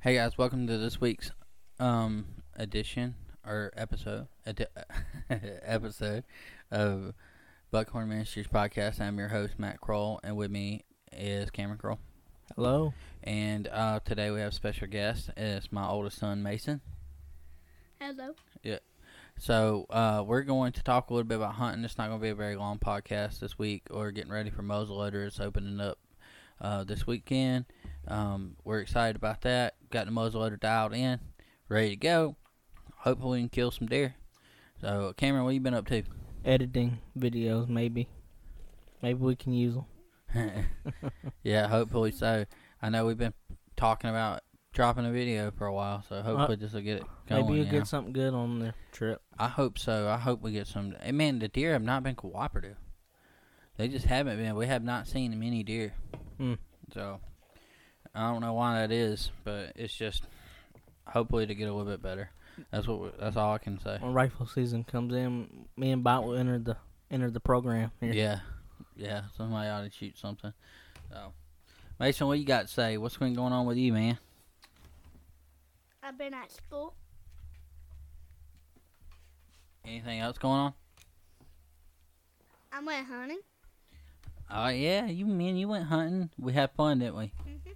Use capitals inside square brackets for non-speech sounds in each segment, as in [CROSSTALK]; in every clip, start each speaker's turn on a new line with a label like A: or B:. A: Hey guys, welcome to this week's um edition or episode edi- [LAUGHS] episode of Buckhorn Ministries podcast. I'm your host Matt Kroll, and with me is Cameron Kroll.
B: Hello.
A: And uh, today we have a special guest. It's my oldest son Mason.
C: Hello.
A: So uh, we're going to talk a little bit about hunting. It's not going to be a very long podcast this week. We're getting ready for muzzleloader. It's opening up uh, this weekend. Um, we're excited about that. Got the muzzleloader dialed in, ready to go. Hopefully, we can kill some deer. So, Cameron, what you been up to? [LAUGHS]
B: Editing videos, maybe. Maybe we can use them.
A: yeah, hopefully so. I know we've been talking about dropping a video for a while, so hopefully this will get it going.
B: Uh, Maybe you'll
A: you know.
B: get something good on the trip.
A: I hope so. I hope we get some. eh, Man, the deer have not been cooperative. They just haven't been. We have not seen many deer.
B: Hmm.
A: So I don't know why that is, but it's just hopefully to get a little bit better. That's what. We, that's all I can say.
B: When rifle season comes in, me and Bot will enter the enter the program here.
A: Yeah, yeah. Somebody ought to shoot something. So Mason, what you got to say? What's been going on with you, man?
C: I've been at school.
A: Anything else going on?
C: I went hunting.
A: Oh yeah, you man, you went hunting. We had fun, didn't we?
C: Mm-hmm.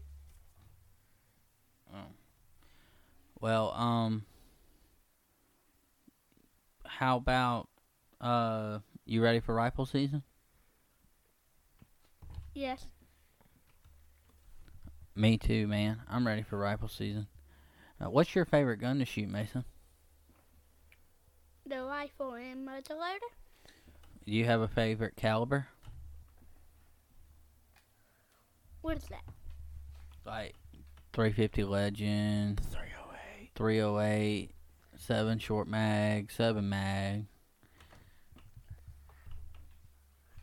A: Well, um, how about uh, you ready for rifle season?
C: Yes.
A: Me too, man. I'm ready for rifle season. Uh, what's your favorite gun to shoot, Mason?
C: The rifle and muzzleloader.
A: Do you have a favorite caliber?
C: What is that?
A: Like 350 Legend,
B: 308.
A: 308, 7 short mag, 7 mag.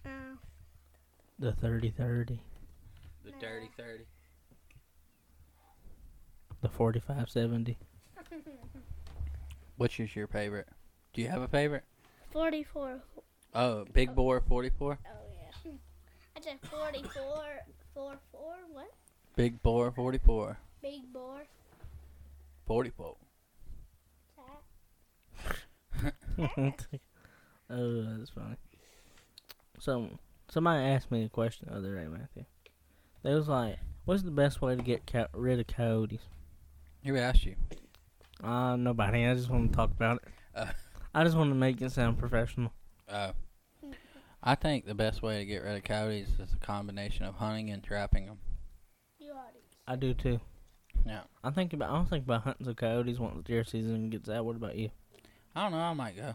C: Uh, [LAUGHS]
B: The 3030.
A: The
C: Nah. dirty
A: 30.
B: The 4570.
A: Which is your favorite? Do you have a favorite?
C: 44.
A: Oh, Big Bore 44?
C: Oh, yeah. I said 44. 44. What?
A: Big Bore 44.
C: Big boar.
A: 44.
C: That.
B: [LAUGHS] oh, that's funny. So, somebody asked me a question the other day, Matthew. They was like, what's the best way to get co- rid of coyotes?
A: Who asked you?
B: Uh, nobody. I just want to talk about it.
A: Uh.
B: I just want to make it sound professional.
A: Uh, I think the best way to get rid of coyotes is a combination of hunting and trapping them.
C: You already.
B: I do too.
A: Yeah.
B: I think about. I don't think about hunting the coyotes once deer season gets out. What about you?
A: I don't know. I might go.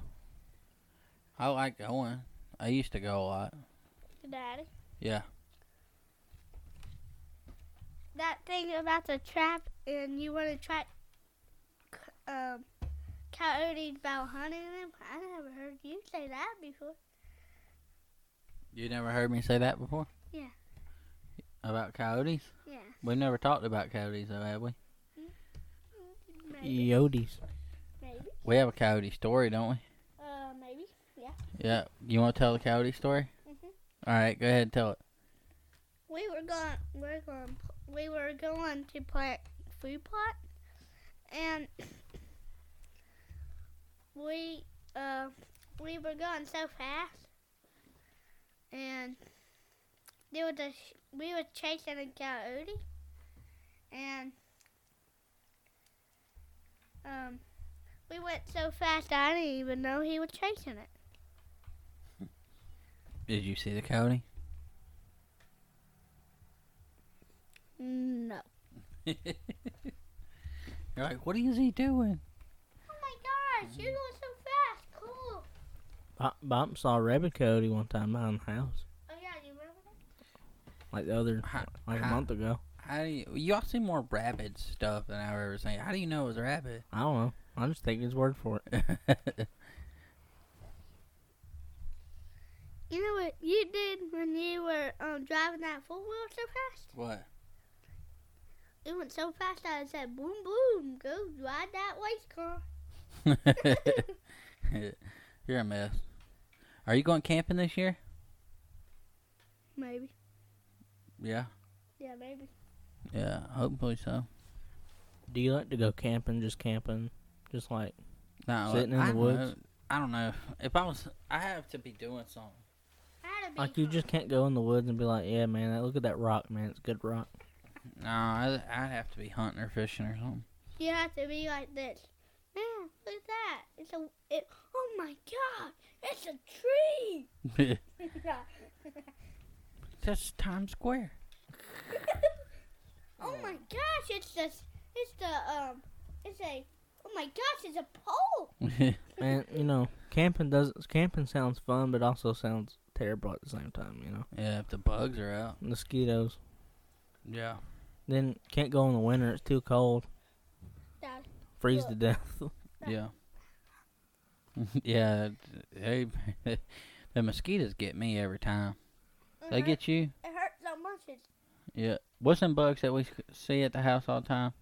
A: I like going. I used to go a lot.
C: Daddy.
A: Yeah.
C: That thing about the trap and you want to trap c- um, coyotes about hunting them. I never heard you say that before.
A: You never heard me say that before?
C: Yeah.
A: About coyotes?
C: Yeah.
A: We've never talked about coyotes, though, have we?
C: Maybe.
B: Coyotes.
C: Maybe.
A: We have a coyote story, don't we?
C: Uh, maybe.
A: Yeah. You want to tell the coyote story?
C: Mm-hmm.
A: All right, go ahead and tell it.
C: We were going. We are going. We were going to plant food plot, and [COUGHS] we uh, we were going so fast, and there was a sh- we were chasing a coyote, and um, we went so fast I didn't even know he was chasing it.
A: Did you see the coyote?
C: No.
A: You're like, what is he doing?
C: Oh my gosh! You're going so fast. Cool.
B: Bump, Bump saw a rabbit coyote one time behind the house,
C: Oh yeah, you remember that?
B: like the other,
A: Hi-
B: like a
A: hi.
B: month ago.
A: How do you, y'all see more rabid stuff than I've ever seen. How do you know it was a rabbit? [LAUGHS]
B: I don't know. I just take his word for it.
C: You know what you did when you were um, driving that four wheel so fast?
A: what?
C: It went so fast I said, boom, boom, go ride that race
B: [LAUGHS]
C: car. [LAUGHS]
A: You're a mess. Are you going camping this year?
C: Maybe.
A: Yeah.
C: Yeah, maybe.
A: Yeah, hopefully so.
B: Do you like to go camping? Just camping, just like
A: No,
B: Sitting in
A: I
B: the
A: don't
B: woods?
A: know. I don't know. If I was, I have to be doing something.
C: I had a
B: like
C: big
B: you
C: one.
B: just can't go in the woods and be like, yeah, man, that- look at that rock, man, it's good rock.
A: No, I, I'd have to be hunting or fishing or something.
C: You have to be like this. Man, look at that. It's a. It, oh my god! It's a tree. [LAUGHS]
A: [LAUGHS] That's Times [LAUGHS] Square.
C: oh my gosh! It's the. It's the um. It's a. Oh my gosh! It's a pole.
B: Man, you know, camping does camping sounds fun, but also sounds terrible at the same time. You know,
A: Yeah, if the bugs are out.
B: mosquitoes.
A: Yeah.
B: Then can't go in the winter; it's too cold.
C: Dad,
B: Freeze to death.
A: Yeah. [LAUGHS] yeah. They, [LAUGHS] the mosquitoes get me every time.
C: it
A: They
C: hurt-
A: get you?
C: Uh-huh. It hurts so much. It's
A: Yeah. What's them bugs that we s- see at the house all the time?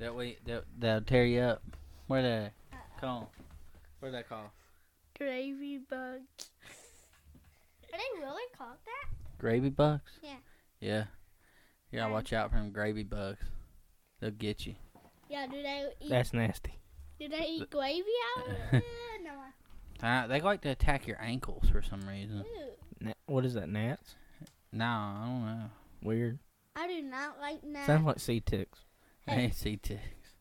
A: That we that that'll tear you up. Where they call? Where they call?
C: gravy bugs. Are they really called that?
A: Gravy bugs.
C: Yeah.
A: Yeah. You gotta watch out for them gravy bugs. They'll get you.
C: Yeah. Do they
B: [LAUGHS]
C: eat?
B: That's nasty.
C: do they eat gravy out? of it? Uh, no. I-
A: Uh, they like to attack your ankles for some reason.
C: Ew.
B: Na- what is that? Gnats?
A: Nah, I don't know.
B: Weird.
C: I do not like that.
B: Sounds like sea ticks.
A: I ain't see ticks.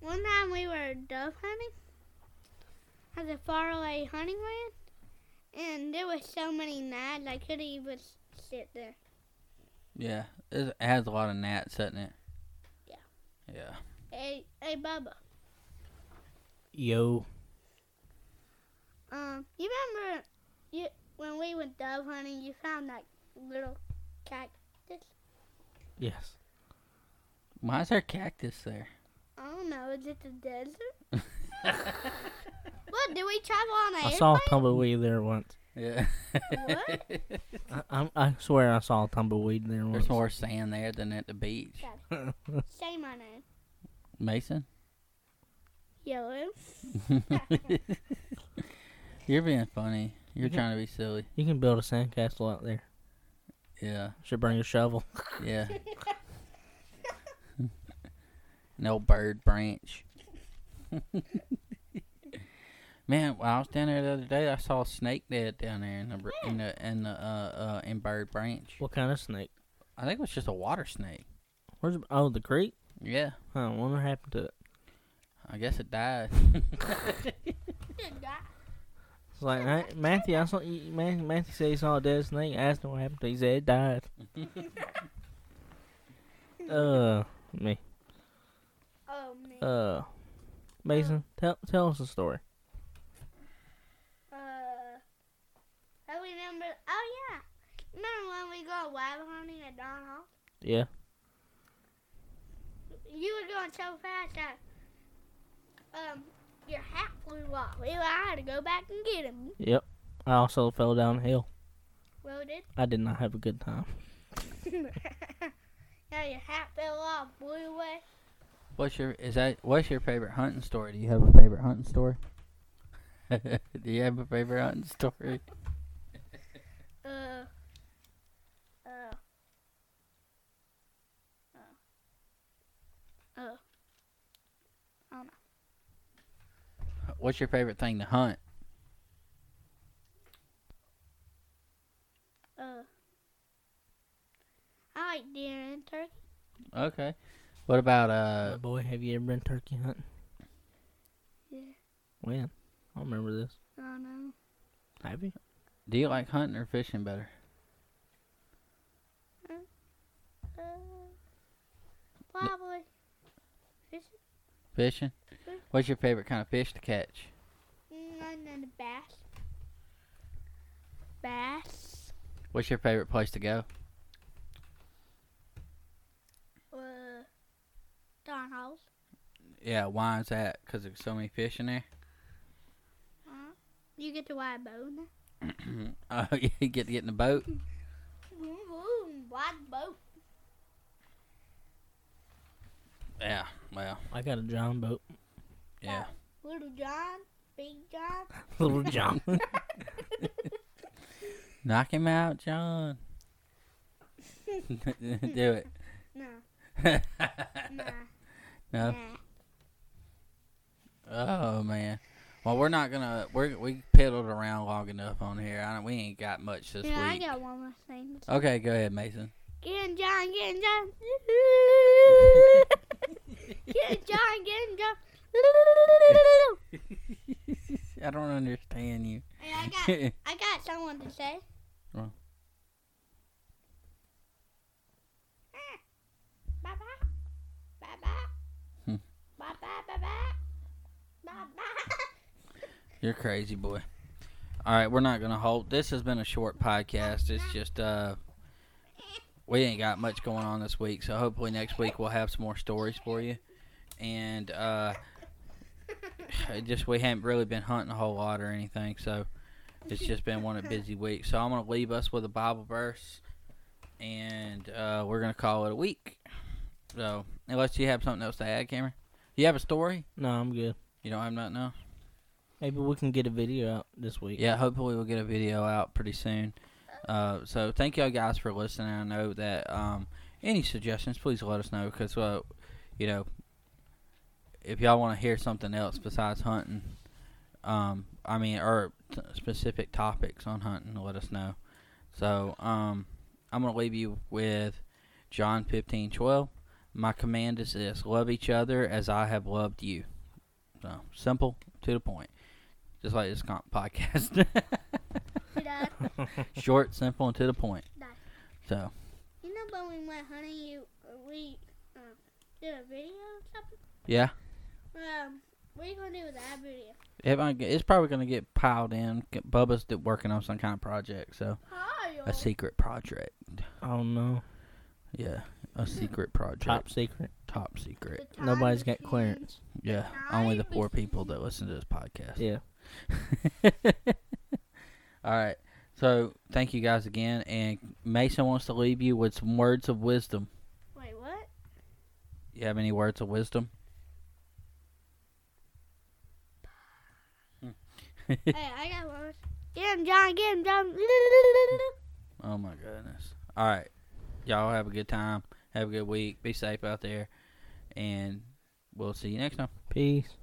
C: One time we were dove hunting at a faraway hunting land, and there was so many gnats I couldn't even s- sit there.
A: Yeah, it has a lot of gnats, doesn't it?
C: Yeah.
A: Yeah.
C: Hey, hey, Bubba.
B: Yo.
C: Um, you remember you when we went dove hunting? You found that little cactus.
B: Yes.
A: Why is there cactus there?
C: I don't know. Is it the desert?
B: [LAUGHS]
C: What? Did we travel on an
B: I
C: airplane?
B: saw a tumbleweed there once.
A: yeah.
C: What?
B: I, I, I swear I saw a tumbleweed there
A: [LAUGHS]
B: once.
A: There's more sand there than at the beach.
C: Say my name.
A: Mason?
C: Yellow. [LAUGHS]
A: [LAUGHS] You're being funny. You're
B: Yeah.
A: trying to be silly.
B: [LAUGHS] you can build a sandcastle out there.
A: Yeah.
B: Should bring a shovel.
A: Yeah. [LAUGHS] no bird branch. [LAUGHS] Man, while I was down there the other day, I saw a snake dead down there in the br- in the in the uh, uh in Bird Branch.
B: What kind of snake?
A: I think it was just a water snake.
B: Where's it- oh the creek?
A: Yeah,
B: Huh? Wonder what happened to it.
A: I guess it died. [LAUGHS]
C: Good guy.
B: It's like I, Matthew. I saw you, Matthew, Matthew said he saw a dead snake. I asked him what happened. to it. He said it died. uh, me.
C: Oh man.
B: Uh, Mason, tell tell us a story.
C: Uh, I remember. Oh yeah, remember when we go wild hunting at Don Hall?
B: Yeah.
C: You were going so fast that um your hat flew off. Well, I had to go back and get him.
B: Yep. I also fell down a hill.
C: Well, it [LAUGHS]
B: I did not have a good time.
C: did. now your hat fell off, blew away.
A: what's your is that? What's your favorite hunting story? Do you have a favorite hunting story? [LAUGHS] Do you have a favorite hunting story?
C: Uh. Uh. Uh. Uh.
A: What's your favorite thing to hunt?
C: Uh. I like deer and turkey.
A: Okay. What about uh?
B: Uh, boy, have you ever been turkey hunting?
C: Yeah.
B: When? I don't remember this.
C: I don't know.
B: Have you?
A: Do you like hunting or fishing better?
C: Uh, probably. Fish?
A: Fishing. What's your favorite kind of fish to catch?
C: Mm, and then the bass. Bass.
A: What's your favorite place to go?
C: Uh, Don Holes.
A: Yeah, why is that? Because there's so many fish [CLEARS THROAT] in there. [LAUGHS]
C: Uh, you get to ride a boat now.
A: Oh, you get to get in the boat.
C: Ooh, wide Mm-hmm. boat.
A: Yeah. Well.
B: I got a John boat.
A: Yeah.
C: Little John. Big John.
B: [LAUGHS] Little John. [LAUGHS]
A: Knock him out, John. [LAUGHS] Do it. [LAUGHS]
C: No,
A: no.
C: no,
A: Uh,
C: nah.
A: Oh man. Well, we're not gonna. We we piddled around long enough on here. I don't, we ain't got much this
C: Yeah, I
A: week.
C: got one more thing.
A: Okay, go ahead, Mason.
C: Get in, John. Get
A: [LAUGHS]
C: in, John. get in, John. Get in,
A: [LAUGHS]
C: John.
A: I don't understand you.
C: Hey, I
A: [LAUGHS]
C: got, I got someone to say.
A: Well.
C: Ah, bye-bye. Bye-bye.
A: Hmm.
C: Bye-bye, bye-bye. [LAUGHS] Bye-bye.
A: You're crazy, boy. All right, we're not gonna hold. This has been a short podcast. It's just uh, we ain't got much going on this week. So hopefully next week we'll have some more stories for you. And uh, it just we haven't really been hunting a whole lot or anything. So it's just been one of busy week. So I'm gonna leave us with a Bible verse, and uh, we're gonna call it a week. So unless you have something else to add, Cameron, you have a story.
B: No, I'm good.
A: You don't have nothing else.
B: Maybe we can get a video out this week.
A: Yeah, hopefully we'll get a video out pretty soon. Uh, so thank y'all guys for listening. I know that um, any suggestions, please let us know because uh, you know if y'all want to hear something else besides hunting, um, I mean, or t- specific topics on hunting, let us know. So um, I'm gonna leave you with John fifteen twelve. My command is this: love each other as I have loved you. So simple to the point, just like this con- [LAUGHS] podcast.
C: See that?
B: [LAUGHS]
A: short, simple, and to the point.
C: Nice.
A: So
C: You know when we went hunting, you uh, we um, did a video or something.
A: yeah,
C: Um, what are you gonna do with that video?
A: it might get- it's probably gonna get piled in. Get- Bubba's d- working on some kind of project, so a secret project.
B: Oh no.
A: Yeah, a secret project.
B: Top secret.
A: Top secret.
B: Nobody's got clearance.
A: Yeah, only the poor people that listen to this podcast. [LAUGHS]
B: Yeah.
A: All right. So thank you guys again, and Mason wants to leave you with some words of wisdom.
C: Wait, what?
A: You have any words of wisdom? Hmm. [LAUGHS]
C: hey, I got one. Get him, John. Get him, John. [LAUGHS]
A: Oh my goodness. All right. Y'all have a good time. Have a good week. Be safe out there. And we'll see you next time.
B: Peace.